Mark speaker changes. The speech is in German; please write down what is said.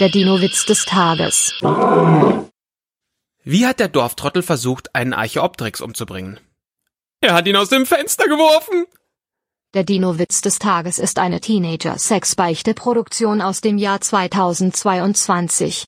Speaker 1: Der Dino-Witz des Tages.
Speaker 2: Wie hat der Dorftrottel versucht, einen Archäopteryx umzubringen? Er hat ihn aus dem Fenster geworfen.
Speaker 1: Der Dino-Witz des Tages ist eine Teenager-Sex-Beichte-Produktion aus dem Jahr 2022.